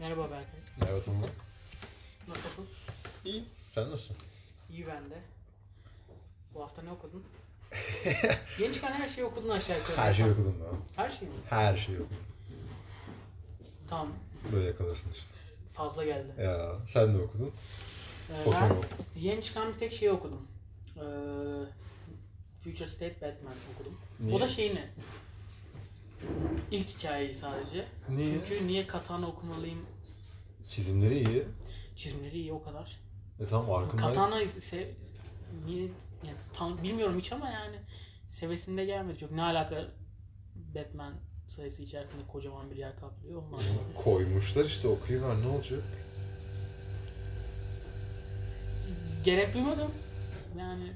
Merhaba Berkay. Merhaba Tumba. Nasılsın? İyi. Sen nasılsın? İyi ben de. Bu hafta ne okudun? Yeni çıkan her şeyi okudun aşağı yukarı. Her şeyi okudum ben. Her şeyi mi? Her şeyi okudum. Tamam. Böyle yakalasın işte. Fazla geldi. Ya sen de okudun. Ee, ben Pokemon. yeni çıkan bir tek şeyi okudum. Ee, Future State Batman okudum. Niye? O da şey ne? İlk hikayeyi sadece. Niye? Çünkü niye Katana okumalıyım? Çizimleri iyi. Çizimleri iyi o kadar. E tamam arkamda. Katana ise niye yani tam bilmiyorum hiç ama yani sevesinde gelmedi çok. Ne alaka Batman sayısı içerisinde kocaman bir yer kaplıyor ondan sonra. Koymuşlar işte okuyuver ne olacak? Gerek duymadım. Yani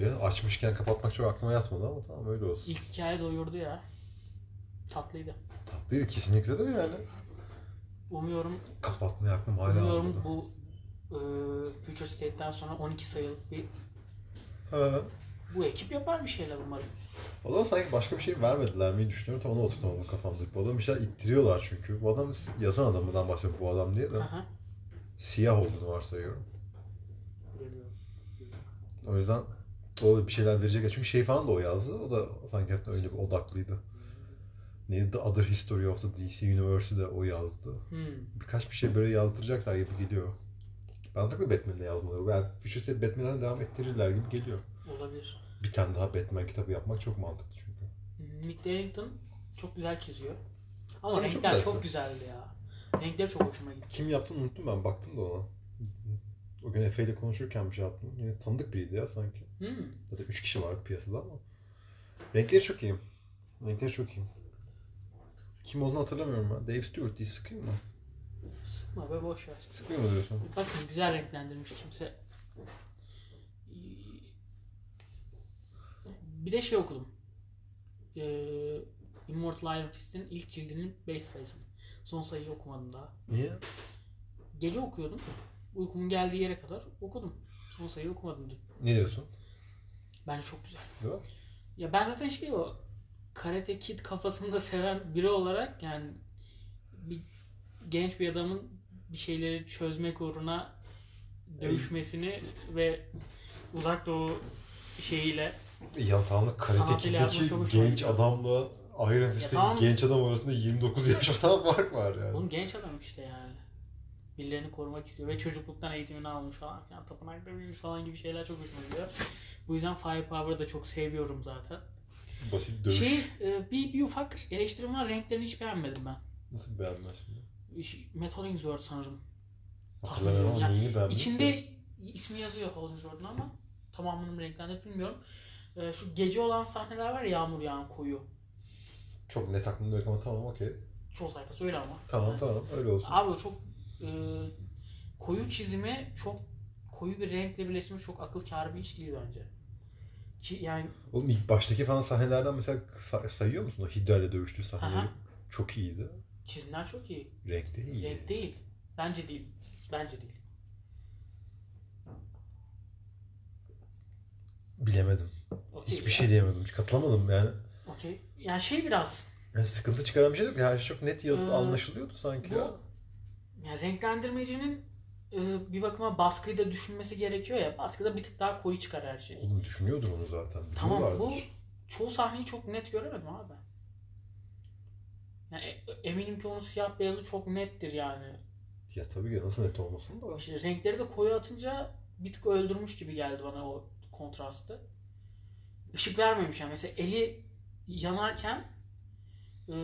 Ya açmışken kapatmak çok aklıma yatmadı ama tamam öyle olsun. ilk hikaye doyurdu ya. Tatlıydı. Tatlıydı kesinlikle de yani. Umuyorum, Kapatmayı aklım hala umuyorum almadı. bu e, Future State'den sonra 12 sayılık bir Ha. bu ekip yapar bir şeyler umarım. O zaman sanki başka bir şey vermediler mi düşünüyorum. Tam onu oturtamadım kafamda. Bu adam bir şeyler ittiriyorlar çünkü. Bu adam yazan adamından bahsediyor bu adam diye de. Aha. Siyah olduğunu varsayıyorum. Bilmiyorum. O yüzden o da bir şeyler verecek. Çünkü şey falan da o yazdı. O da sanki gerçekten öyle bir odaklıydı. Neydi? The Other History of the DC Universe'ı da o yazdı. Hmm. Birkaç bir şey böyle yazdıracaklar gibi geliyor. Mantıklı Batman'le yazmaları. Yani Future State Batman'den devam ettirirler gibi geliyor. Olabilir. Bir tane daha Batman kitabı yapmak çok mantıklı çünkü. Mick Darrington çok güzel çiziyor. Ama Tabii çok renkler güzel çok, güzeldi ya. Renkler çok hoşuma gitti. Kim yaptığını unuttum ben. Baktım da ona. O gün Efe ile konuşurken bir şey yaptım. Yine tanıdık biriydi ya sanki. Hmm. Zaten 3 kişi var piyasada ama. Renkleri çok iyi. Renkleri çok iyi. Kim olduğunu hatırlamıyorum ben. Dave Stewart diye sıkayım mı? Sıkma be boş ver. Sıkıyor mu diyorsun? Bakın güzel renklendirmiş kimse. Bir de şey okudum. Ee, Immortal Iron Fist'in ilk cildinin 5 sayısını. Son sayıyı okumadım daha. Niye? Gece okuyordum. Uykumun geldiği yere kadar okudum. Son sayıyı okumadım dün. Ne diyorsun? Bence çok güzel. Değil mi? Ya ben zaten şey o Karate Kid kafasında seven biri olarak yani bir genç bir adamın bir şeyleri çözmek uğruna dövüşmesini ve uzak doğu şeyiyle Ya tamam da Karate Sanatıyla yapması çok Kid'deki hoşuma genç gidiyor. adamla Iron Fist'teki tamam. genç adam arasında 29 yaş falan fark var yani. oğlum genç adam işte yani birilerini korumak istiyor ve çocukluktan eğitimini almış falan filan tapınakta büyümüş falan gibi şeyler çok hoşuma gidiyor. Bu yüzden Firepower'ı da çok seviyorum zaten. Basit dövüş. Şey e, bir, bir ufak eleştirim var renklerini hiç beğenmedim ben. Nasıl beğenmezsin? ya? Ş- Metal Sword sanırım. Hatırlamıyorum ama Ya, neyini beğenmedin? ki? İçinde ismi yazıyor Hollingsworth'un ama tamamının renklerini bilmiyorum. Ee, şu gece olan sahneler var ya yağmur yağan koyu. Çok net aklımda yok ama tamam okey. Çoğu sayfası öyle ama. Tamam Yani. tamam öyle olsun. Abi o çok e, koyu çizimi çok koyu bir renkle birleştirmiş çok akıl kârı bir iş değil bence. Çi- yani Oğlum ilk baştaki falan sahnelerden mesela say- sayıyor musun? O Hidra ile dövüştüğü sahneleri. Aha. Çok iyiydi. çizimler çok iyi. Renk de iyi. Renk değil. Bence değil. Bence değil. Bilemedim. Okey Hiçbir ya. şey diyemedim. Hiç Katılamadım yani. Okey. Yani şey biraz Yani sıkıntı çıkaran bir şey yok. Her şey çok net yazı Ee, anlaşılıyordu sanki. bu- ya. Yani renklendirmecinin e, bir bakıma baskıyı da düşünmesi gerekiyor ya. Baskıda bir tık daha koyu çıkar her şey. Oğlum düşünüyordur onu zaten. Tamam bu Biliyorlardır. çoğu sahneyi çok net göremedim abi. Yani e- eminim ki onun siyah beyazı çok nettir yani. Ya tabii ki nasıl net olmasın da. İşte renkleri de koyu atınca bir tık öldürmüş gibi geldi bana o kontrastı. Işık vermemiş yani. Mesela eli yanarken e,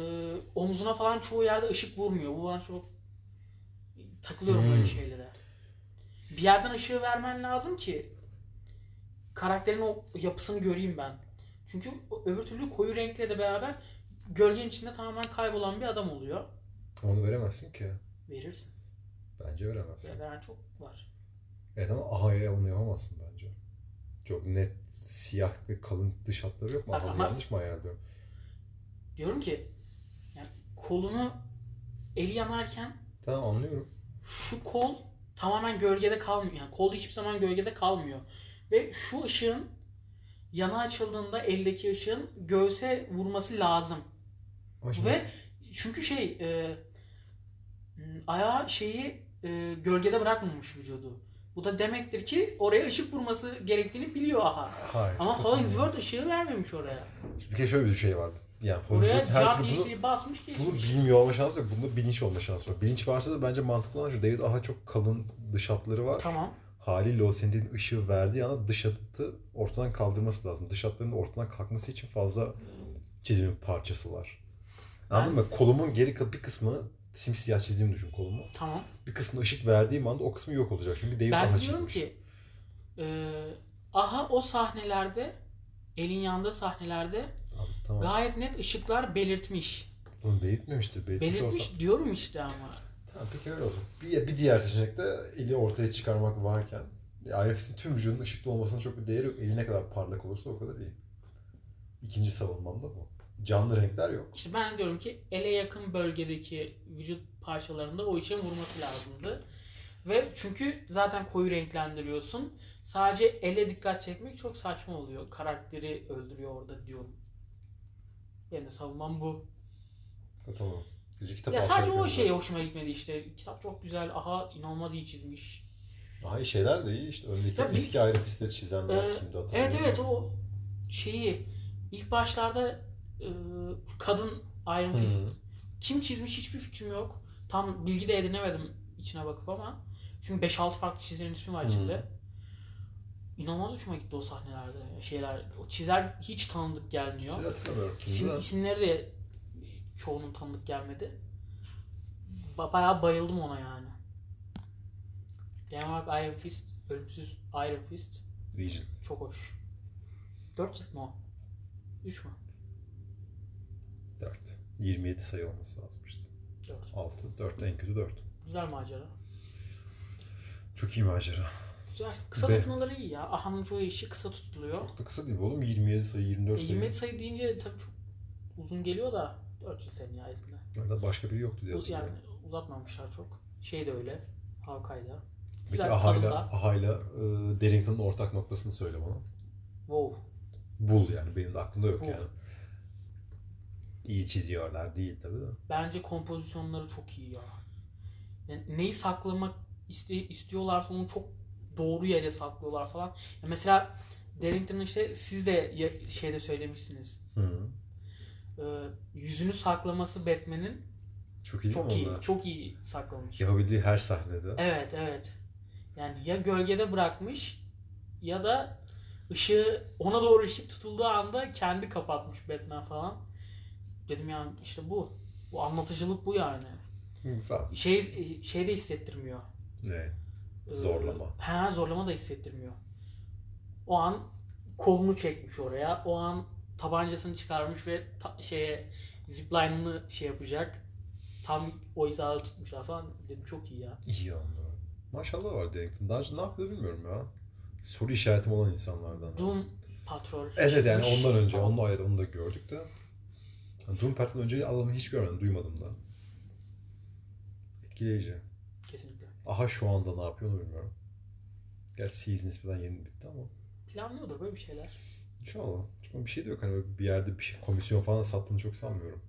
omzuna falan çoğu yerde ışık vurmuyor. Bu bana çok takılıyorum Hmm. böyle şeylere. Bir yerden ışığı vermen lazım ki karakterin o yapısını göreyim ben. Çünkü o- öbür türlü koyu renkle de beraber gölgenin içinde tamamen kaybolan bir adam oluyor. Onu veremezsin ki. Verirsin. Bence veremezsin. Ve Veren çok var. Evet ama Aha'ya onu yapamazsın bence. Çok net siyah ve kalın dış hatları yok mu? Bak Aha'da ama- yanlış mı hayal ediyorum? Diyorum ki yani kolunu eli yanarken Tamam anlıyorum. şu kol tamamen gölgede kalmıyor. Yani kol hiçbir zaman gölgede kalmıyor. Ve şu ışığın yana açıldığında eldeki ışığın göğse vurması lazım. Ama Ve çünkü şey e, Hmm, Ayağı şeyi e, gölgede bırakmamış vücudu. Bu da demektir ki oraya ışık vurması gerektiğini biliyor aha. Hayır. Ama katılmıyorum. Hollingsworth ışığı vermemiş oraya. Bir kere şöyle bir şey vardı. Yani Oraya Hollingsworth her cart türlü diye bunu, şeyi basmış bunu geçmiş. bilmiyor olma şansı yok. Bunda bilinç olma şansı var. Bilinç varsa da bence mantıklı olan şu. David Aha çok kalın dış hatları var. Tamam. Haliyle o senin ışığı verdiği anda dış hattı ortadan kaldırması lazım. Dış hatların ortadan kalkması için fazla çizimin parçası var. Anladın mı? Kolumun geri kı- bir kısmını simsiyah çizdiğimi düşün kolumu. Tamam. Bir kısmına ışık verdiğim anda o kısmı yok olacak. Çünkü David Ben Aha diyorum çizmiş. ki e, aha o sahnelerde elin yanında sahnelerde Abi, tamam. gayet net ışıklar belirtmiş. Bunu belirtmemiştir. Belirtmiş, Belirtmiş olsa. diyorum işte ama. Tamam peki öyle olsun. Bir, bir diğer seçenek de eli ortaya çıkarmak varken IFS'in tüm vücudunun ışıklı olmasının çok bir değeri yok. Eli ne kadar parlak olursa o kadar iyi. İkinci savunmam da bu. Canlı renkler yok. İşte ben diyorum ki ele yakın bölgedeki vücut parçalarında o işe vurması lazımdı. Ve çünkü zaten koyu renklendiriyorsun. Sadece ele dikkat çekmek çok saçma oluyor. Karakteri öldürüyor orada diyorum. Benim de savunmam bu. Ha, Tamam. Bir kitap ya sadece alsaydık o önce. şey hoşuma gitmedi işte. Kitap çok güzel. Aha inanılmaz iyi çizmiş. Hayır şeyler de iyi işte. Öndeki Ya bir- eski IFS'leri çizenler Ee, kimdi hatırlamıyorum. Evet evet o şeyi ilk başlarda e, kadın Iron Hı. Fist kim çizmiş hiçbir fikrim yok. Tam bilgi de edinemedim içine bakıp ama. Çünkü 5-6 farklı çizerin ismi var Hı. içinde. İnanılmaz hoşuma gitti o sahnelerde. Şeyler, o çizer hiç tanıdık gelmiyor. Kimleri hatırlamıyorum kimdi İsim, de. isimleri de çoğunun tanıdık gelmedi. Ba- bayağı bayıldım ona yani. Genel olarak Iron Fist, ölümsüz Iron Fist Legion. çok hoş. 4 cilt mi o? 3 mü? 4. 27 sayı olması lazım işte. 4. 6, 4 en kötü 4. Güzel macera. Çok iyi macera. Güzel. Kısa Be- tutmaları iyi ya. Ahan'ın çoğu işi kısa tutuluyor. Çok da kısa değil bu oğlum. 27 sayı, 24 E, sayı. 20 sayı deyince tabii çok uzun geliyor da 4 cilt en nihayetinde. Orada başka biri yoktu diye Uz- hatırlıyorum. yani uzatmamışlar çok. Şey de öyle. Hawkeye'da. Peki Güzel, Aha'yla, tadında. Aha'yla e, Darrington'ın ortak noktasını söyle bana. Wow. Bul yani benim de aklımda yok Bul. yani. İyi çiziyorlar değil tabii de. Bence kompozisyonları çok iyi ya. Yani neyi saklamak iste- istiyorlarsa onu çok doğru yere saklıyorlar falan. Ya mesela Darrington'ın işte siz de ya- şeyde söylemişsiniz. Hı. Ee, yüzünü saklaması Batman'in Çok iyi değil çok mi iyi, onlar? çok iyi saklamış. Yapabildiği her sahnede. Evet, evet. Yani ya gölgede bırakmış ya da ışığı ona doğru ışık tutulduğu anda kendi kapatmış Batman falan. Dedim yani işte bu. Bu anlatıcılık bu yani. Güzel. Şey şey de hissettirmiyor. Ne? Ee, Zorlama. He, zorlama da hissettirmiyor. O an kolunu çekmiş oraya. O an tabancasını çıkarmış ve ta- şeye zipline'ını şey yapacak. Tam o hizada tutmuşlar falan. Dedim çok iyi ya. İyi onlar. Maşallah var Darrington. Daha önce ne yaptı bilmiyorum ya. Soru işaretim olan insanlardan. Doom Patrol. Evet evet, yani çizmiş. ondan önce. Onunla ayrı onu da gördük de. Yani Doom Patrol'dan önce adamı hiç görmedim. Duymadım da. Etkileyici. Kesinlikle. Aha şu anda ne yapıyor onu bilmiyorum. Gerçi Season nispeten yeni bitti ama. Planlıyordur böyle bir şeyler. İnşallah. Çünkü bir şey de yok. Hani böyle bir yerde bir şey, komisyon falan sattığını çok sanmıyorum.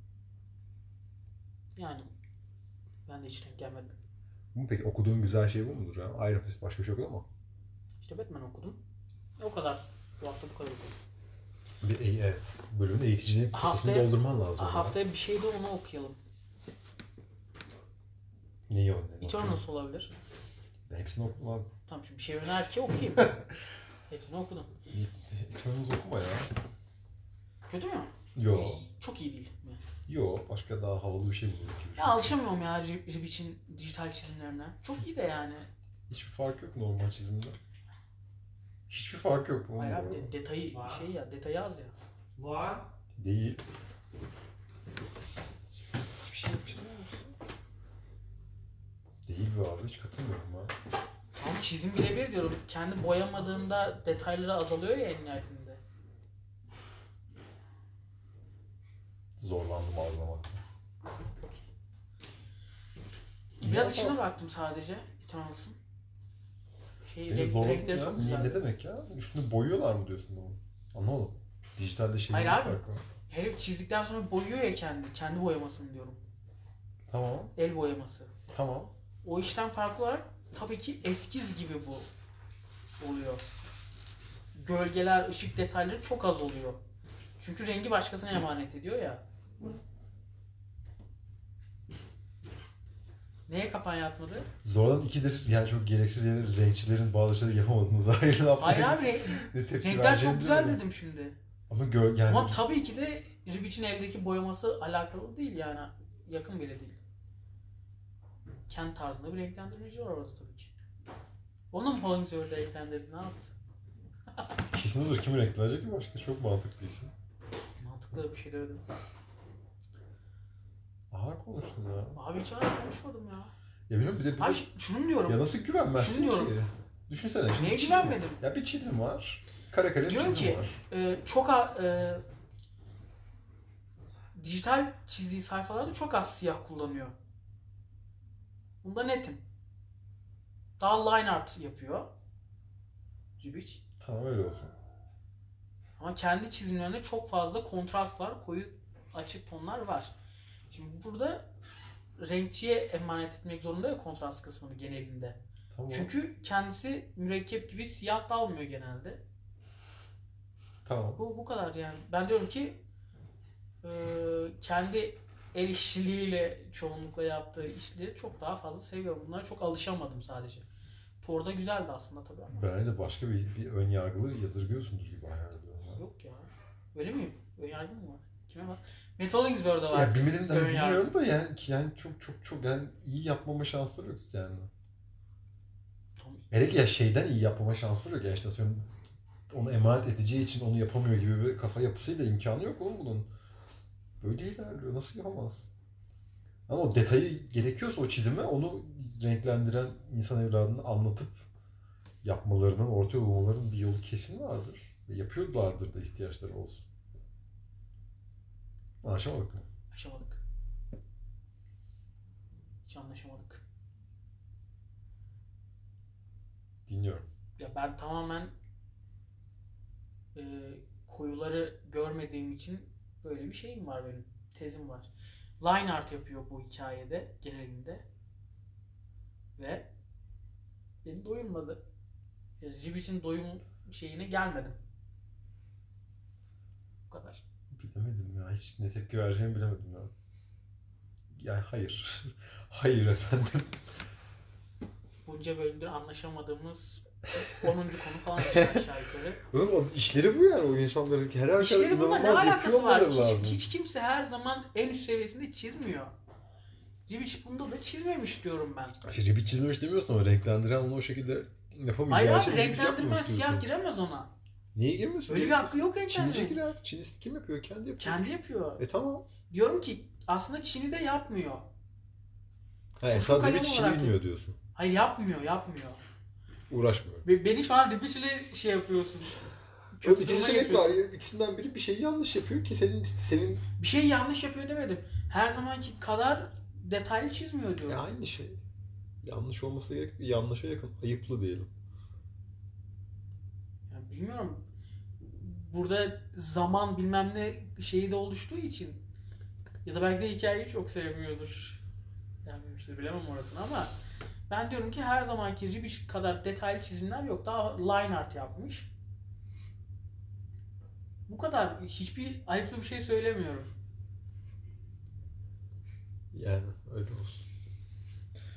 Yani ben de hiç denk gelmedim. Bu mu peki okuduğun güzel şey bu mudur ya? Iron Fist başka bir şey yok ama. İşte Batman okudum. O kadar. Bu hafta bu kadar okudum. Bir, e- evet. Bölümün eğiticiliği kutusunu Haftaya- doldurman lazım. Ha, ya. haftaya bir şey de onu okuyalım. Niye o? ne? Eternals olabilir. Hepsini okuma. abi. Tamam şimdi bir şey öner ki okuyayım. Hepsini okudum. Eternals okuma ya. Kötü mü? Yo. Ee, Çok iyi değil. mi? Yo. Başka daha havalı bir şey bulur. gibi. Ya alışamıyorum ya Rib- Ribbit'in dijital çizimlerine. Çok iyi de yani. Hiçbir fark yok normal çizimde. Hiçbir fark yok. bunun Hayır abi arada. de- detayı Var. şey ya detayı az ya. Var. Değil. Hiçbir şey yapıştırmıyor musun? Değil be abi hiç katılmıyorum ben. Tam çizim birebir diyorum. Kendi boyamadığında detayları azalıyor ya en nihayetinde. Zorlandım algılamakta. Biraz içine baktım sadece. Eternals'ın. Şey, Beni renk, zorladın renkleri ya. çok Niye, ne güzel. demek ya? Üstünü boyuyorlar mı diyorsun oğlum? Anlamadım. Dijitalde şey Hayır ne abi. farkı var? Herif çizdikten sonra boyuyor ya kendi. Kendi boyamasını diyorum. Tamam. El boyaması. Tamam. O işten farklı olarak tabii ki eskiz gibi bu oluyor. Gölgeler, ışık detayları çok az oluyor. Çünkü rengi başkasına emanet ediyor ya. Neye kafan yatmadı? Zorlan ikidir. Yani çok gereksiz yere renkçilerin bazı şeyleri yapamadığına dair laf Hayır abi, verdim. renk- Ne tepki renkler vereceğimi çok güzel bilemedim. dedim şimdi. Ama gör yani Ama tabii ki de Ribic'in eldeki boyaması alakalı değil yani. Yakın bile değil. Kent tarzında bir renklendirmeci var orada tabii ki. Onu mu Holmes orada renklendirdi ne yaptı? kesin olur. Kim renklenecek ki başka? Çok mantıklı isim. Mantıklı bir şey demedim. Ağır konuştum ya. Abi hiç hala konuşmadım ya. Ya bilmiyorum bir de bir de- Abi ş- şunu diyorum. Ya nasıl güvenmezsin Şunu diyorum. ki? Düşünsene şimdi Neye bir çizim- güvenmedim? Ya bir çizim var. Kare kare bir Diyorum çizim ki- var. Ee, çok a- e, dijital çizdiği sayfalarda çok az siyah kullanıyor. Bunda netim. Daha line art yapıyor. Ribic. Tamam öyle olsun. Ama kendi çizimlerinde çok fazla kontrast var, koyu açık tonlar var. Şimdi burada renkçiye emanet etmek zorunda ya kontrast kısmını genelinde. Tamam. Çünkü kendisi mürekkep gibi siyah da almıyor genelde. Tamam. Bu bu kadar yani. Ben diyorum ki e, kendi el işçiliğiyle çoğunlukla yaptığı işleri çok daha fazla seviyorum. Bunlara çok alışamadım sadece. Porda güzeldi aslında tabii ama. Belki de başka bir, bir ön yargılı yadırgıyorsundur gibi hayal ediyorum. ben. Yok ya. Öyle miyim? Önyargı mı var? Kime bak? Metal Wings bu arada var. Ya bilmedim de Ön bilmiyorum yargı. da yani ki yani çok çok çok yani iyi yapmama şansları yok yani. Tamam. Hele ki ya şeyden iyi yapmama şansları yok. Ya işte atıyorum onu emanet edeceği için onu yapamıyor gibi bir kafa yapısıyla imkanı yok oğlum bunun. Böyle ilerliyor. Nasıl yapamaz? Ama o detayı gerekiyorsa o çizime onu renklendiren insan evladını anlatıp yapmalarının, ortaya bulmalarının bir yolu kesin vardır. Ve yapıyorlardır da ihtiyaçları olsun. Anlaşamadık mı? Aşamadık. Hiç anlaşamadık. Dinliyorum. Ya ben tamamen e, koyuları görmediğim için böyle bir şeyim var benim. Tezim var. Line art yapıyor bu hikayede genelinde. Ve beni doyurmadı. E, Cibic'in doyum şeyine gelmedim. Bu kadar. Bilemedim ya. Hiç ne tepki vereceğimi bilemedim ya. Yani hayır. hayır efendim. Bunca bölümdür anlaşamadığımız 10. konu falan işte aşağı yukarı. Oğlum o işleri bu yani. O insanların her arkadaşlar İşleri bununla ne inanılmaz yapıyor alakası var? olmaları lazım. Hiç, hiç kimse her zaman en üst seviyesinde çizmiyor. Cibiç bunda da çizmemiş diyorum ben. Şey, Ribbit çizmemiş demiyorsun ama renklendiren onu o şekilde Hayır yapamayacağı abi şeyi Ribbit renklendirmen yapmamış siyah diyorsun. giremez ona. Niye girmiyorsun? Öyle bir hakkı yok Çince renklendirmenin. girer. Çinist kim yapıyor? Kendi yapıyor. Kendi yapıyor. E tamam. Diyorum ki aslında Çin'i de yapmıyor. Ha, Esad kalem Ribbit Çin'i olarak- bilmiyor diyorsun. Hayır yapmıyor yapmıyor. Uğraşmıyor. Be- Beni şu an Ribiç ile şey yapıyorsun. Çok Kötü duruma ikisi şey var. getiriyorsun. İkisinden biri bir şeyi yanlış yapıyor ki senin senin Bir şey yanlış yapıyor demedim. Her zamanki kadar detaylı çizmiyor E, diyorum. aynı şey. Yanlış olması gerek. Yanlışa yakın. Ayıplı diyelim. Yani bilmiyorum. Burada zaman bilmem ne şeyi de oluştuğu için ya da belki de hikayeyi çok sevmiyordur. Yani işte bilemem orasını ama ben diyorum ki her zamanki Ribic kadar detaylı çizimler yok. Daha line art yapmış. Bu kadar. Hiçbir ayıplı bir şey söylemiyorum. Yani öyle olsun.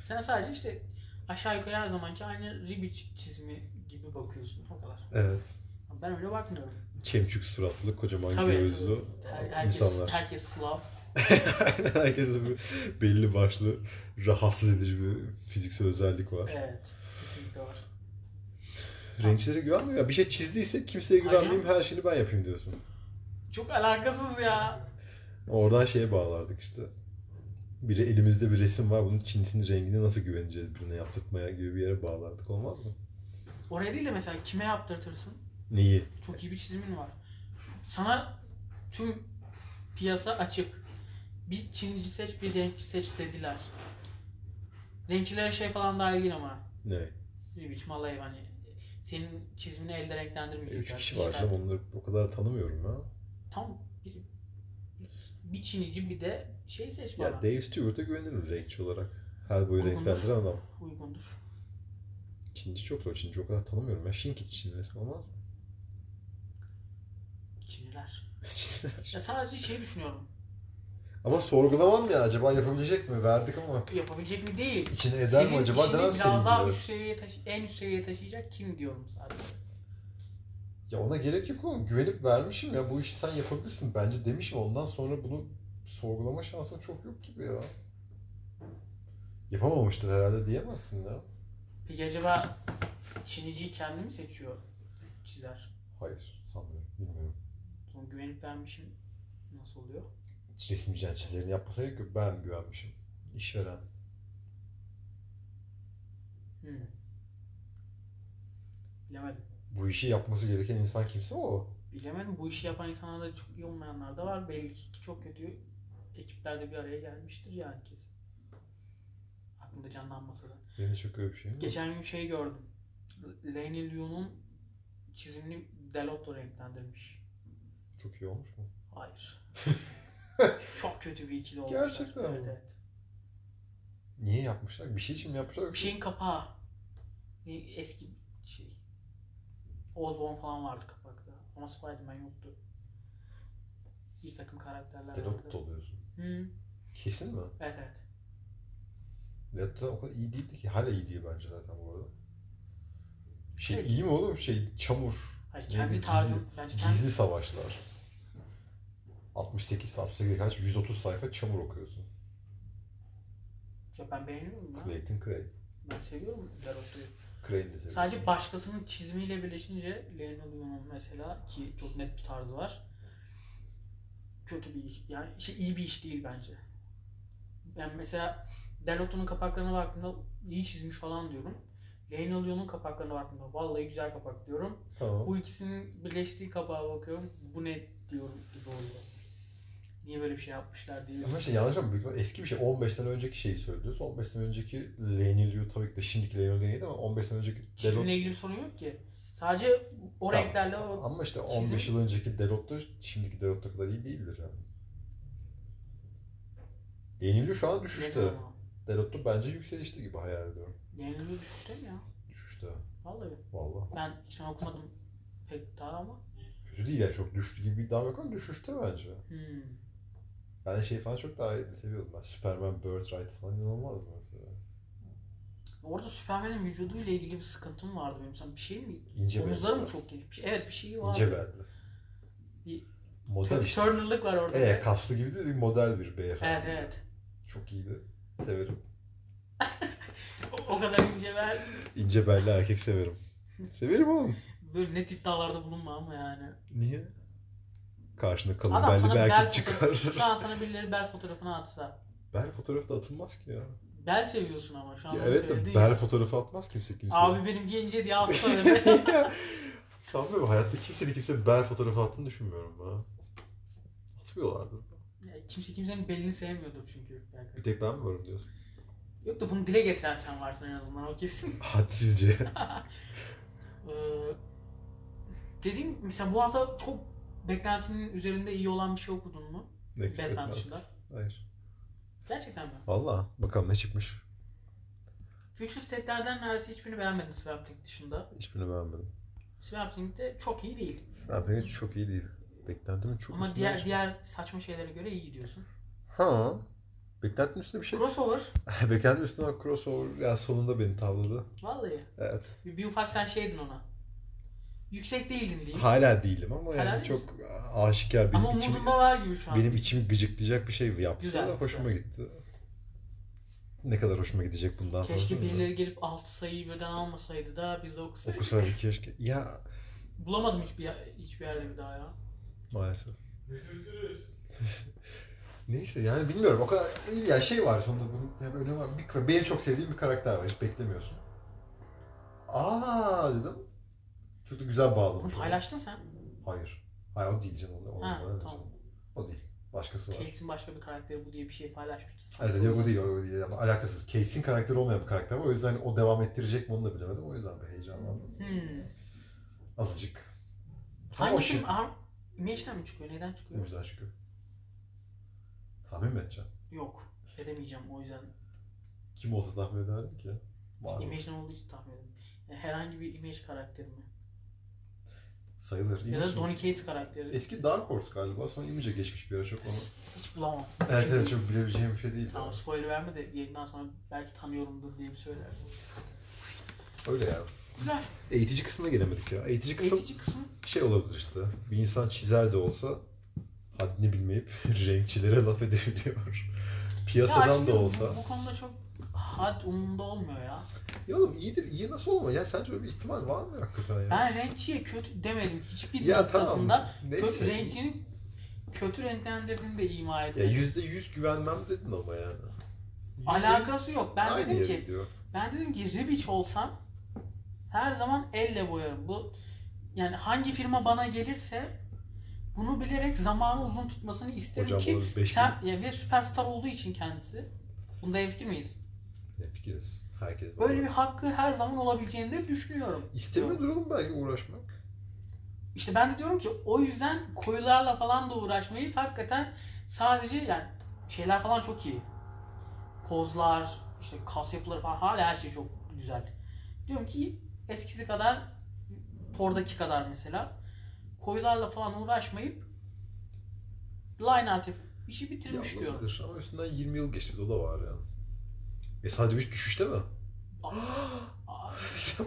Sen sadece işte aşağı yukarı her zamanki aynı Ribic çizimi gibi bakıyorsun. O kadar. Evet. Ben öyle bakmıyorum. Çemçük suratlı, kocaman Tabii, gözlü Her- herkes, insanlar. herkes Slav. Aynen herkes bir belli başlı rahatsız edici bir fiziksel özellik var. Evet. Kesinlikle var. Renkçilere güvenmiyor. Ya bir şey çizdiyse kimseye güvenmeyeyim her şeyini ben yapayım diyorsun. Çok alakasız ya. Ama Oradan şeye bağlardık işte. Biri elimizde bir resim var. Bunun çintin rengine nasıl güveneceğiz birine yaptırtmaya gibi bir yere bağlardık. Olmaz mı? Oraya değil de mesela kime yaptırtırsın? Neyi? Çok iyi bir çizimin var. Sana tüm piyasa açık. Bir Çinici seç, bir renkçi seç dediler. Renkçilere şey falan dahil değil ama. Ne? Bir biçim vallahi hani senin çizimini elde renklendirmeyecekler. Üç kişi var canım. Onları o kadar tanımıyorum ya. Tam biri. bir Çinici bir de şey seç bana. Ya Dave Stewart'a güvenilir renkçi olarak. Her boyu Uygundur. renklendiren adam. Uygundur. Çinci çok zor. Çinci o kadar tanımıyorum. Ben Shinki Çinlisi olmaz mı? Çinliler. Çinliler. Ya sadece şey düşünüyorum. ama sorgulamam ya. Acaba yapabilecek mi? Verdik ama. Yapabilecek mi değil. İçine eder Senin mi acaba? işini Demem biraz senin daha gibi. üst seviyeye taşı en üst seviyeye taşıyacak kim diyorum sadece. Ya ona gerek yok oğlum. Güvenip vermişim ya. Bu işi sen yapabilirsin bence demişim. Ondan sonra bunu sorgulama şansın çok yok gibi ya. Yapamamıştır herhalde diyemezsin ya. Peki acaba Çiniciyi kendi mi seçiyor çizer? Hayır sanmıyorum. Bilmiyorum. Sonra güvenip vermişim nasıl oluyor? Resimci yani çizerini yapmasa gerek yok. Ben güvenmişim. İşveren. Hmm. Bilemedim. Bu işi yapması gereken insan kimse o. Bilemedim. Bu işi yapan insanlar da çok iyi olmayanlar da var. Belli ki çok kötü ekiplerde bir araya gelmiştir yani kesin. Aklımda canlanmasa da. Benim çok öyle bir şeyim yok. Geçen gün şey gördüm. Lenny Liu'nun çizimini Delotto renklendirmiş. Çok iyi olmuş mu? Hayır. Çok kötü bir ikili olmuşlar. Gerçekten mi? Evet evet. Niye yapmışlar? Bir şey için mi yapmışlar? Bir şeyin kapağı. Bir eski şey. Osborn falan vardı kapakta. Ama Spider-Man yoktu. Bir takım karakterler Delotto vardı. oluyorsun. Hı, Kesin mi? evet evet. Delotto o kadar iyi değildi ki. Hala iyi değil bence zaten bu arada. Şey iyi mi oğlum? Şey çamur. Hayır, Neydi? kendi Gizli- tarzım. Bence kendi... Gizli savaşlar. 68 68 kaç? 130 sayfa çamur okuyorsun. Ya ben beğeniyorum ya. Clayton Crane. Ben seviyorum Delotto'yu. Crane'i seviyorum. Sadece başkasının çizimiyle birleşince Leyla Luno'nun mesela ki çok net bir tarzı var. Kötü bir iş. Yani şey, iyi bir iş değil bence. Yani mesela Delotto'nun kapaklarına baktığımda iyi çizmiş falan diyorum. Leyla Luno'nun kapaklarına baktığımda vallahi güzel kapak diyorum. Tamam. Bu ikisinin birleştiği kapağa bakıyorum. Bu ne diyorum gibi oluyor. Niye böyle bir şey yapmışlar diye. Ama şey yanlış ama büyük ihtimal eski bir şey. 15 sene önceki şeyi söylüyoruz. 15 sene önceki Lenny Liu tabii ki de şimdiki Lenny Liu değil ama 15 sene önceki Delotto. Çizimle ilgili bir sorun yok ki. Sadece o Tamam. renklerle o... Ama işte çizim- 15 yıl önceki Delotto şimdiki Delotto kadar iyi değildir yani. Lenny Liu şu an düşüşte. Delotto bence yükselişte gibi hayal ediyorum. Leyla Luno düşüşte mi ya? Düşüşte. Vallahi. Vallahi. Ben hiç okumadım pek daha ama. Kötü değil yani çok düştü gibi bir iddiam yok ama düşüşte bence. Hmm. Ben de şey falan çok daha iyi seviyordum ben. Superman, Birthright falan inanılmaz mesela. Orada Superman'in vücuduyla ilgili bir sıkıntım vardı benim. Sen bir şey mi? İnce Omuzları mı biraz. çok gelip? Evet bir şey var. İnce belli. Bir- Model işte. Turner'lık var orada. Ee, kaslı gibi de değil, model bir evet beyefendi. evet. Çok iyiydi. Severim. O, o kadar ince ben İnce belli erkek severim. severim oğlum. böyle net iddialarda bulunma ama yani. Niye? Karşında kalın Adam belli sana bir bel erkek fotoğrafı, çıkar. şu an sana birileri bel fotoğrafını atsa. bel fotoğrafı da atılmaz ki ya. Bel seviyorsun ama şu an. Ya onu evet de söyledin bel ya. fotoğrafı atmaz kimse kimse. Abi benimki ince diye atsa öyle. Sanmıyorum hayatta kimsenin kimse bel fotoğrafı attığını düşünmüyorum ben. Atmıyorlardı. Ya Kimse kimsenin belini sevmiyordur çünkü. Bir tek ben mi varım diyorsun? Yok da bunu dile getiren sen varsın en azından o kesin. Hadsizce. Ee, dediğim mesela bu hafta çok beklentimin üzerinde iyi olan bir şey okudun mu? ne Batman kadar- dışında. Hayır. Gerçekten mi? Valla bakalım ne çıkmış. Future State'lerden neredeyse hiçbirini beğenmedim Swamp dışında. Hiçbirini beğenmedim. Swamp Thing de çok iyi değil. Snapdragon çok iyi değil. Beklentimin çok Ama üstünde diğer bir şey. diğer saçma şeylere göre iyi diyorsun. Ha. Beklentimin üstünde bir şey. Crossover Beklentimin üstünde olan crossover ya sonunda beni tavladı. vallahi Evet. bir, bir ufak sen şeydin ona. Yüksek değildin diyeyim. Hala değilim ama yani Hala değil çok aşikar benim Ama içim umudunda var gibi şu an. benim içimi gıcıklayacak bir şey yaptı Güzel, da hoşuma gitti. Ne kadar hoşuma gidecek bundan sonra. Keşke bilmiyorum. birileri gelip 6 sayıyı birden almasaydı da biz de okusaydık. Okusaydı keşke. Ya Bulamadım hiçbir, yer- hiçbir yerde bir daha ya. Maalesef. Neyse yani bilmiyorum o kadar iyi ya şey var sonunda bunun yani önemi var. Bir, benim çok sevdiğim bir karakter var hiç beklemiyorsun. Aa dedim. Çok da güzel Bunu bağlamış. onu. paylaştın sen. Hayır. Hayır o değil canım. Onu, onu Ha, bana ne tamam. canım. O değil. Başkası var. Cake'sin başka bir karakteri bu diye bir şey paylaşmıştı. Evet, yok o değil, o değil. Ama alakasız. Case'in karakteri olmayan bir karakter var. O yüzden hani o devam ettirecek mi onu da bilemedim. O yüzden de heyecanlandım. Hmm. Azıcık. Ama o Hangi şey- film? Ar- Image'den mi çıkıyor? Neden çıkıyor? Ucuzdan çıkıyor. Tahmin mi edeceksin? Yok. Edemeyeceğim o yüzden. Kim olsa tahmin ederdim ki. Var mı? Image ne olduğu için tahmin edin. Yani herhangi bir Image karakteri mi? Sayılır. ya da İmiş mi? Donny Cates karakteri. Eski Dark Horse galiba. Sonra İmice geçmiş bir ara çok onu. Hiç bulamam. Evet evet çok bilebileceğim bir şey değil. Tamam spoiler verme de yayından sonra belki tanıyorumdur diye bir söylersin. Öyle ya. Güzel. Eğitici kısmına gelemedik ya. Eğitici kısım Eğitici kısım. şey olabilir işte. Bir insan çizer de olsa haddini bilmeyip renkçilere laf edebiliyor. Ya Piyasadan açıkçası da bu- olsa. Bu, konuda çok had umurumda olmuyor ya. Ya oğlum iyidir. iyi nasıl olma? Ya sence öyle bir ihtimal var mı hakikaten ya? Ben renkçiye kötü demedim. Hiçbir ya noktasında Neyse. kötü, renkçinin kötü renklendirdiğini de ima Ya etmedim. yüzde yüz güvenmem dedin ama yani. Yüzde Alakası yok. Ben yüz aynı dedim yere ki gidiyor. Ben dedim ki Ribic olsam her zaman elle boyarım. Bu yani hangi firma bana gelirse bunu bilerek zamanı uzun tutmasını isterim Hocam ki bu 5 sen yani ve süperstar olduğu için kendisi. Bunda hemfikir miyiz? bin fikiriz. Herkes var. Böyle bir hakkı her zaman olabileceğini de düşünüyorum. İstemiyor duralım belki uğraşmak. İşte ben de diyorum ki o yüzden koyularla falan da uğraşmayı hakikaten sadece yani şeyler falan çok iyi. Pozlar, işte kas yapıları falan hala her şey çok güzel. Diyorum ki eskisi kadar Thor'daki kadar mesela koyularla falan uğraşmayıp line art yapıp işi bitirmiş diyorum. Yapılabilir ama üstünden 20 yıl geçti. O da var yani. E sadece bir düşüşte mi? Şey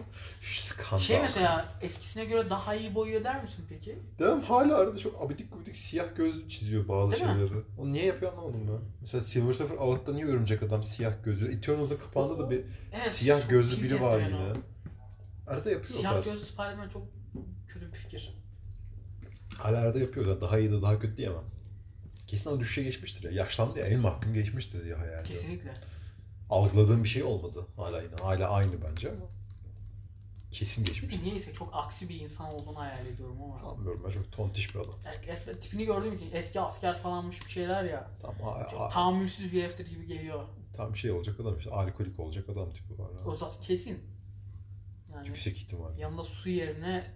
Aa, Skandal. Şey mesela eskisine göre daha iyi boyuyor der misin peki? Devam hala arada çok abidik gubidik siyah gözlü çiziyor bazı Değil mi? şeyleri. Onu niye yapıyor anlamadım ben. Mesela Silver Surfer Out'ta niye örümcek adam siyah gözlü? Eternals'ın kapağında da bir siyah çok gözlü tilt biri var ettiren o. yine. Arada yapıyor o Siyah tarz. gözlü Spider-Man çok kötü bir fikir. Hala arada yapıyor. Yani Daha iyi de daha kötü diyemem. Kesin o düşüşe geçmiştir ya. Yaşlandı ya. El mahkum geçmiştir diye hayal ediyorum. Kesinlikle. Algıladığım bir şey olmadı. Hala yine. Hala aynı bence ama. Kesin Bir geçmiş. de niyeyse çok aksi bir insan olduğunu hayal ediyorum ama. Anlamıyorum ben çok tontiş bir adam. Yani es- tipini gördüğüm için eski asker falanmış bir şeyler ya. Tam, a- Çok a- tahammülsüz bir heriftir gibi geliyor. tam şey olacak adam işte. Alkolik olacak adam tipi var. O Ha. zaten kesin. Yani Yüksek ihtimal. yanında su yerine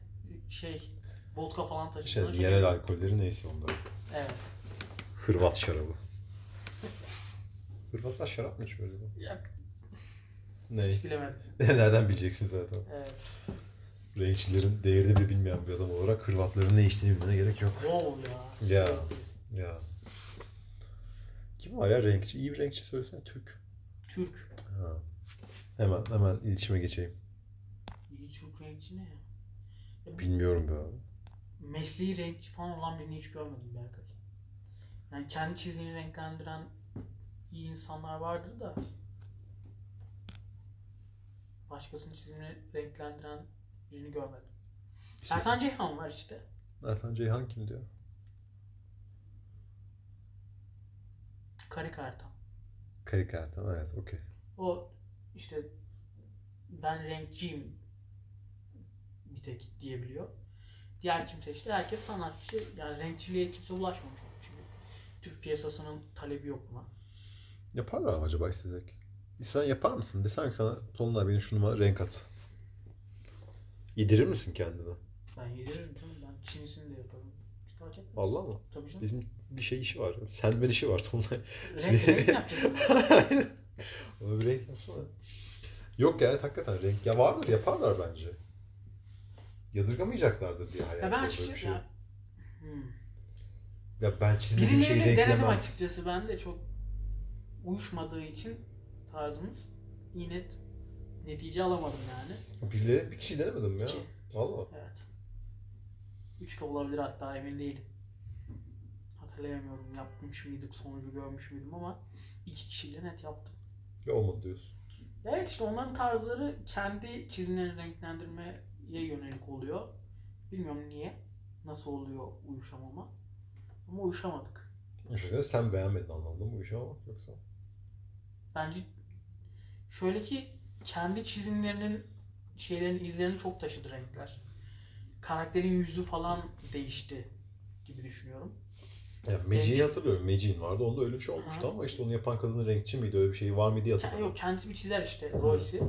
şey vodka falan Şey, taşıdığını yerel alkolleri neyse onların. Evet. Hırvat şarabı. Hırvatlar şarap mı içiyor acaba? Ya, Ne? hiç bilemedim. Nereden bileceksin zaten? Evet. Renkçilerin değerini bile bilmeyen bir adam olarak Hırvatların ne içtiğini bilmene gerek yok. Wow ya. Ya. Ya. Kim var ya renkçi? İyi bir renkçi söylesene Türk. Türk. Ha. Hemen hemen iletişime geçeyim. İyi Türk renkçi ne ya? Bilmiyorum be abi. Mesleği renkçi falan olan birini hiç görmedim Berkay. Yani kendi çizdiğini renklendiren iyi insanlar vardır da başkasının çizimini renklendiren birini görmedim. Ertan Ceyhan var işte. Ertan Ceyhan kim diyor? Karik Ertan. Karik Ertan evet okey. O işte ben renkçiyim bir tek diyebiliyor. Diğer kimse işte herkes sanatçı. Yani renkçiliğe kimse ulaşmamış. Çünkü Türk piyasasının talebi yok buna. Yaparlar mı acaba istesek? Sen yapar mısın? Desen ki sana Tolunay benim şunuma renk at. Yedirir misin kendine? Ben yediririm canım. Ben çinisini de yaparım. Hiç fark etmez. Vallahi mı? Tabii canım. Bizim bir şey işi var. Sendmen işi var Tolunay. Renk renk yapacağız. Aynen. Ona bir renk yapsana. Yok ya evet, hakikaten renk. Ya vardır yaparlar bence. Yadırgamayacaklardır diye hayal Ya ben ediyorum açıkçası böyle bir şey. ya. Hmm. Ya ben çizdiğim bir şey şeyi Birileriyle denedim renklemem. açıkçası. Ben de çok uyuşmadığı için tarzımız yine t- netice alamadım yani. Birileri bir kişi denemedim ya. İki. Valla. Evet. Üç de olabilir hatta emin değilim. Hatırlayamıyorum yapmış mıydık sonucu görmüş müydüm ama iki kişiyle net yaptım. Ya olmadı diyorsun. Evet işte onların tarzları kendi çizimlerini renklendirmeye yönelik oluyor. Bilmiyorum niye. Nasıl oluyor uyuşamama. Ama uyuşamadık. Düşünsene sen beğenmedin anlamda mı bu işi ama yoksa. Bence şöyle ki kendi çizimlerinin şeylerin izlerini çok taşıdı renkler. Karakterin yüzü falan değişti gibi düşünüyorum. Ya Magic'i Renk- hatırlıyorum. Magic'in vardı. Onda öyle bir şey olmuştu Aha. ama işte onu yapan kadının renkçi miydi? Öyle bir şey var mıydı diye Ke- hatırlamıyorum. Yok kendisi bir çizer işte Royce'i.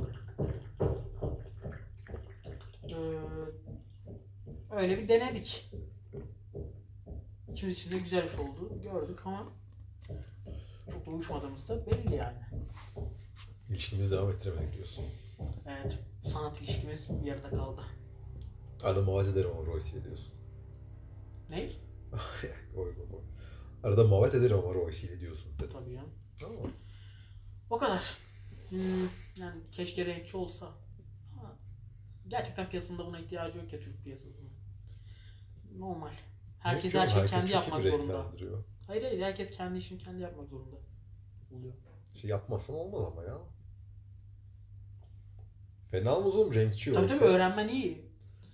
Ee, öyle bir denedik. İkimiz için de güzel iş oldu. Gördük ama uyuşmadığımız da belli yani. İlişkimizi devam ettiremedik diyorsun. Evet, sanat ilişkimiz yarıda kaldı. Arada muhabbet ederim ama Royce'yi diyorsun. Ne? Oy, oy, oy. Arada muhabbet ederim ama Royce'yi diyorsun. Dedim. Tabii canım. Tamam. O kadar. Hmm, yani keşke renkçi olsa. Ama gerçekten piyasanın da buna ihtiyacı yok ya Türk piyasasının. Normal. Herkes Çünkü her şeyi herkes kendi çok iyi yapmak bir zorunda. renklendiriyor. Hayır hayır herkes kendi işini kendi yapmak zorunda. Oluyor. Şey yapmazsan olmaz ama ya. Fena olmaz oğlum renkçi Tabii olsa. tabii öğrenmen iyi.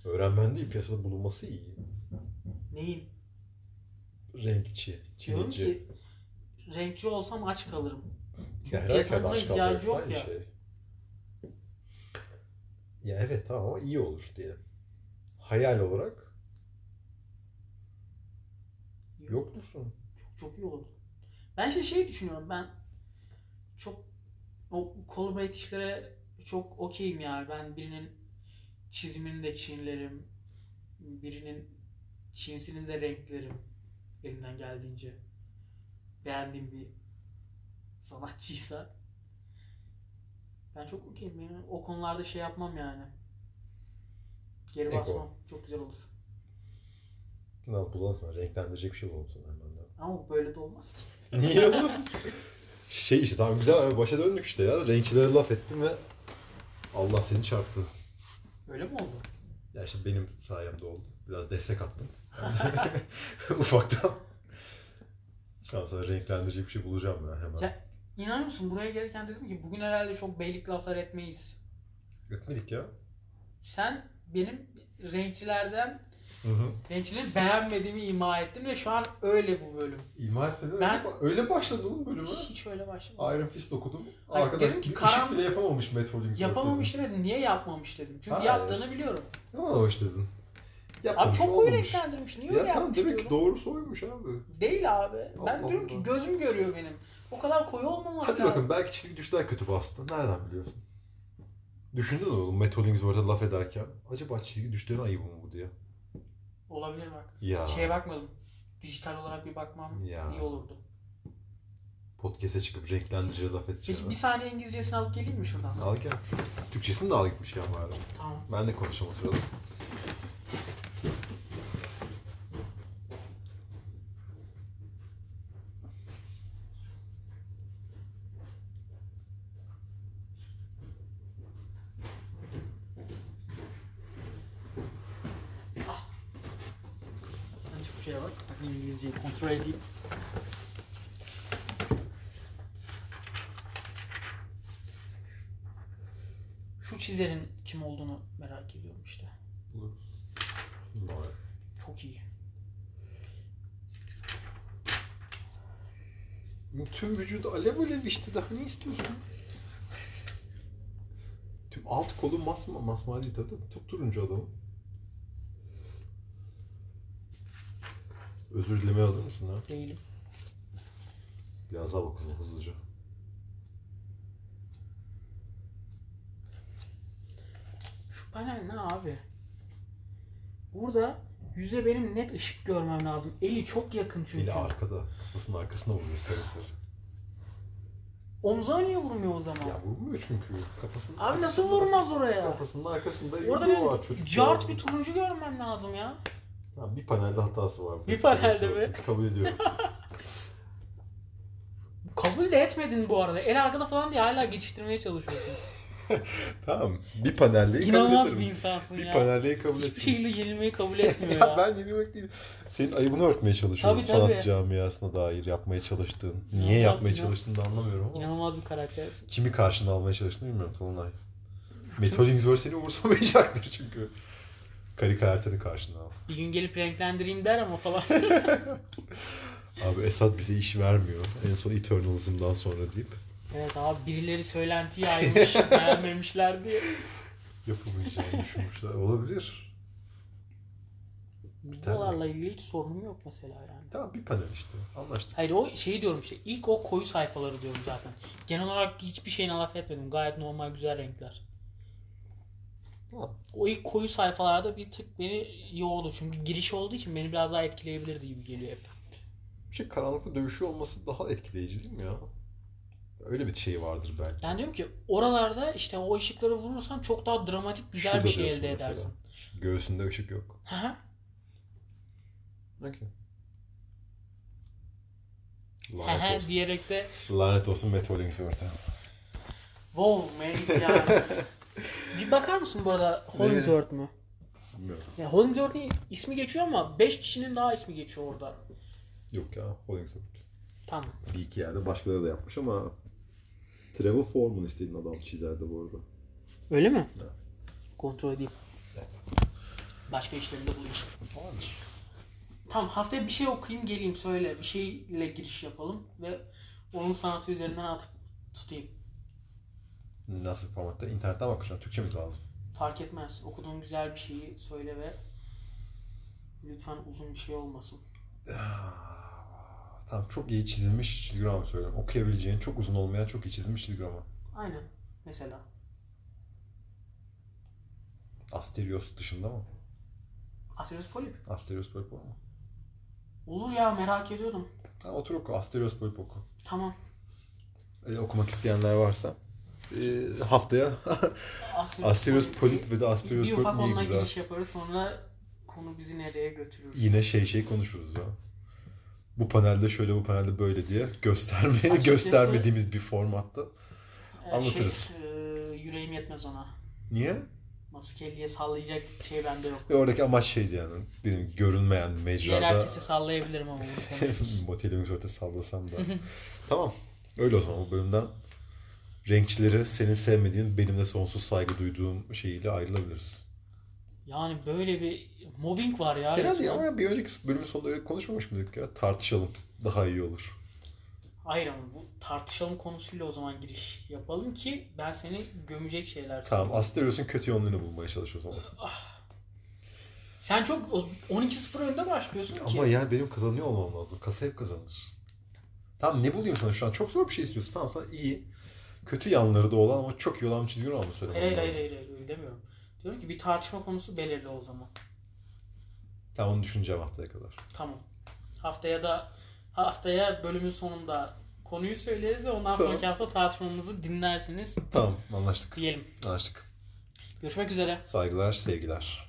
Öğrenmen değil piyasada bulunması iyi. Neyin? Renkçi, Diyorum çinici. ki renkçi olsam aç kalırım. Çünkü Ya herhalde piyasanın buna aç ihtiyacı kalacak yok aynı ya. şey. Ya evet tamam ama iyi olur diyelim. Hayal olarak yok musun? Çok iyi oldu. Ben şey, şey düşünüyorum ben çok o collaborate işlere çok okeyim ya. Ben birinin çizimini de çinlerim. Birinin çinsini de renklerim. Elimden geldiğince. Beğendiğim bir sanatçıysa. Ben çok okeyim. Yani o konularda şey yapmam yani. Geri Eko. basmam. Çok güzel olur. Lan bulalım sana renklendirecek bir şey bulalım sana hemen. ya. Ama böyle de olmaz ki. Niye oğlum? Şey işte tamam güzel abi, başa döndük işte ya. Renkçilere laf ettim ve Allah seni çarptı. Öyle mi oldu? Ya işte benim sayemde oldu. Biraz destek attım. Ufaktan. Tamam sana renklendirici bir şey bulacağım ben hemen. Ya- İnanır mısın buraya gelirken dedim ki bugün herhalde çok beylik laflar etmeyiz. Etmedik ya. Sen benim renkçilerden, Hı hı. renkçileri beğenmediğimi ima ettin ve şu an öyle bu bölüm. İma etmedin Ben- öyle, öyle başladım bölüme. Hiç öyle başlamadım. Iron Fist okudum. Hayır, Arkadaş dedim ki bir karan- ışık bile yapamamış Matt Holdings. Yapamamış demedim. Niye yapmamış dedim. Çünkü Hayır. yaptığını biliyorum. Yapamamış dedin. Abi Yapmamış, çok koyu olmamış. renklendirmiş. Niye Ya öyle tamam yapmış demek diyorum. ki doğrusu oymuş abi. Değil abi. ben Allah diyorum ki Allah. gözüm görüyor benim. O kadar koyu olmaması Hadi lazım. bakın belki çizgi düşler kötü bastı. Nereden biliyorsun? Düşündün mü oğlum Matt Holdings orada laf ederken? Acaba çizgi düşlerin ayıbı mı bu diye. Olabilir bak. Ya. Şeye bakmadım. Dijital olarak bir bakmam Ya. Şey iyi olurdu. Podcast'e çıkıp renklendirici laf edeceğim. Peki bir saniye İngilizcesini alıp geleyim mi şuradan? Al gel. Türkçesini de al gitmiş ya bari. Tamam. Ben de konuşacağım o sırada. Sen Türkçe'ye bak. Bak İngilizceyi kontrol edeyim. Şu çizerin kim olduğunu merak ediyorum işte. Vay. Çok iyi. Bu Tüm vücudu alev alev işte daha ne istiyorsun? Tüm alt kolu masma masmavi değil tabii tabii. Çok turuncu adam. Özür dilemeye hazır mısın ha? Değilim. Biraz daha bakalım hızlıca. Şu panel ne abi? Burada yüze benim net ışık görmem lazım. Eli çok yakın çünkü. Eli arkada. Kafasının arkasına vuruyor sarı sarı. Omzuna niye vurmuyor o zaman? Ya vurmuyor çünkü. Kafasının abi nasıl arkasında- vurmaz oraya? Kafasının arkasında Orada yumruğu var bir çocuk. cart bir turuncu görmem lazım ya. Ha, bir panelde hatası var. Bir panelde mi? Kabul ediyorum. Kabul de etmedin bu arada. El arkada falan diye hala geçiştirmeye çalışıyorsun. tamam. Bir paneldeyi İnanılmaz bir insansın Bir ya. panelliği kabul Hiçbir şey ettim. şekilde yenilmeyi kabul etmiyor ya ya. ben yenilmek değil. Senin ayıbını örtmeye çalışıyorum. Tabii, tabii. Sanat camiasına dair yapmaya çalıştığın. Niye İnanılmaz, yapmaya inan- çalıştığını da anlamıyorum ama. İnanılmaz bir karaktersin. Kimi karşına almaya çalıştığını bilmiyorum Tolunay. Metalings World seni umursamayacaktır çünkü. Kari Kayerten'i karşına al. Bir gün gelip renklendireyim der ama falan. Abi Esat bize iş vermiyor. En son Eternals'ımdan sonra deyip evet abi birileri söylenti yaymış. beğenmemişler diye. yapılmayacağını düşünmüşler. Olabilir. tane. Dolarla ilgili hiç sorunum yok mesela yani. Tamam bir panel işte. Anlaştık. Hayır o şeyi diyorum işte. İlk o koyu sayfaları diyorum zaten. Genel olarak hiçbir şeyine laf etmedim. Gayet normal güzel renkler. Tamam. O ilk koyu sayfalarda bir tık beni yordu. Çünkü giriş olduğu için beni biraz daha etkileyebilirdi gibi geliyor hep. Bir şey karanlıkta dövüşüyor olması daha etkileyici değil mi ya? Öyle bir şey vardır belki. Ben diyorum ki oralarda işte o ışıkları vurursan çok daha dramatik güzel Şurada bir şey diyorsun elde mesela. edersin. Göğsünde ışık yok. Hı hı. Okay. Hı hı Lanet olsun. diyerek de Lanet olsun Meteor'un flörtü. wow mate yani. bir bakar mısın bu arada Holmesworth mu? Bilmiyorum. Ya Holmesworth'un ismi geçiyor ama 5 kişinin daha ismi geçiyor orada. Yok ya. Holding Circle. Tamam. Bir iki yerde başkaları da yapmış ama Trevor Foreman istediğin adam çizerdi bu arada. Öyle mi? Evet. Kontrol edeyim. Evet. Başka işlerinde bulayım. Vardır. Tamam haftaya bir şey okuyayım geleyim söyle. Bir şeyle giriş yapalım ve onun sanatı üzerinden atıp tutayım. Nasıl formatta? İnternetten bakmışlar. Türkçe mi lazım? Fark etmez. Okuduğun güzel bir şeyi söyle ve lütfen uzun bir şey olmasın. Tamam çok iyi çizilmiş çizgi roman söylüyorum. Okuyabileceğin çok uzun olmayan çok iyi çizilmiş çizgi roman. Aynen. Mesela. Asterios dışında mı? Asterios Polip. Asterios Polip var mı? Olur ya merak ediyordum. Ha, otur oku. Asterios Polip oku. Tamam. Öyle E, okumak isteyenler varsa e, haftaya Asterios, Asterios Polip'i- Polip ve de Asterios bir ufak Polip niye onunla güzel? giriş yaparız sonra konu bizi nereye götürür. Yine şey şey konuşuruz ya. Bu panelde şöyle bu panelde böyle diye göstermeye Açıkçası- göstermediğimiz bir formatta. Ee, Anlatırız. Şey, e, yüreğim yetmez ona. Niye? Maskeliye sallayacak şey bende yok. Ve oradaki amaç şeydi yani. Dedim görünmeyen Diğer mecrada herkese sallayabilirim ama bunu konuşuruz. motelin üzerinde sallasam da. tamam. Öyle o zaman bu bölümden renkçileri senin sevmediğin benim de sonsuz saygı duyduğum şeyiyle ayrılabiliriz. yani böyle bir mobbing var ya. Herhalde resmen. ama bir önceki bölümün sonunda öyle konuşmamış mıydık ya? Tartışalım. Daha iyi olur. Hayır ama bu tartışalım konusuyla o zaman giriş yapalım ki ben seni gömecek şeyler Tamam. söyleyeyim. Asterios'un kötü yönlerini bulmaya çalış o zaman. Sen çok o- 12-0 önde başlıyorsun ki. Ama yani benim kazanıyor olmam lazım. Kasa hep kazanır. Tamam ne bulayım sana şu an? Çok zor bir şey istiyorsun. Tamam sana iyi. Kötü yanları da olan ama çok iyi olan bir çizgi roman mı söylemem hayır, hayır, lazım? hayır, hayır, hayır, öyle demiyorum. Diyorum ki bir tartışma konusu belirli o zaman. Tamam onu düşüneceğim haftaya kadar. Tamam. Haftaya da haftaya bölümün sonunda konuyu söyleriz ve ondan sonraki hafta tartışmamızı dinlersiniz Tamam anlaştık. diyelim. Anlaştık. Görüşmek üzere. Saygılar, sevgiler.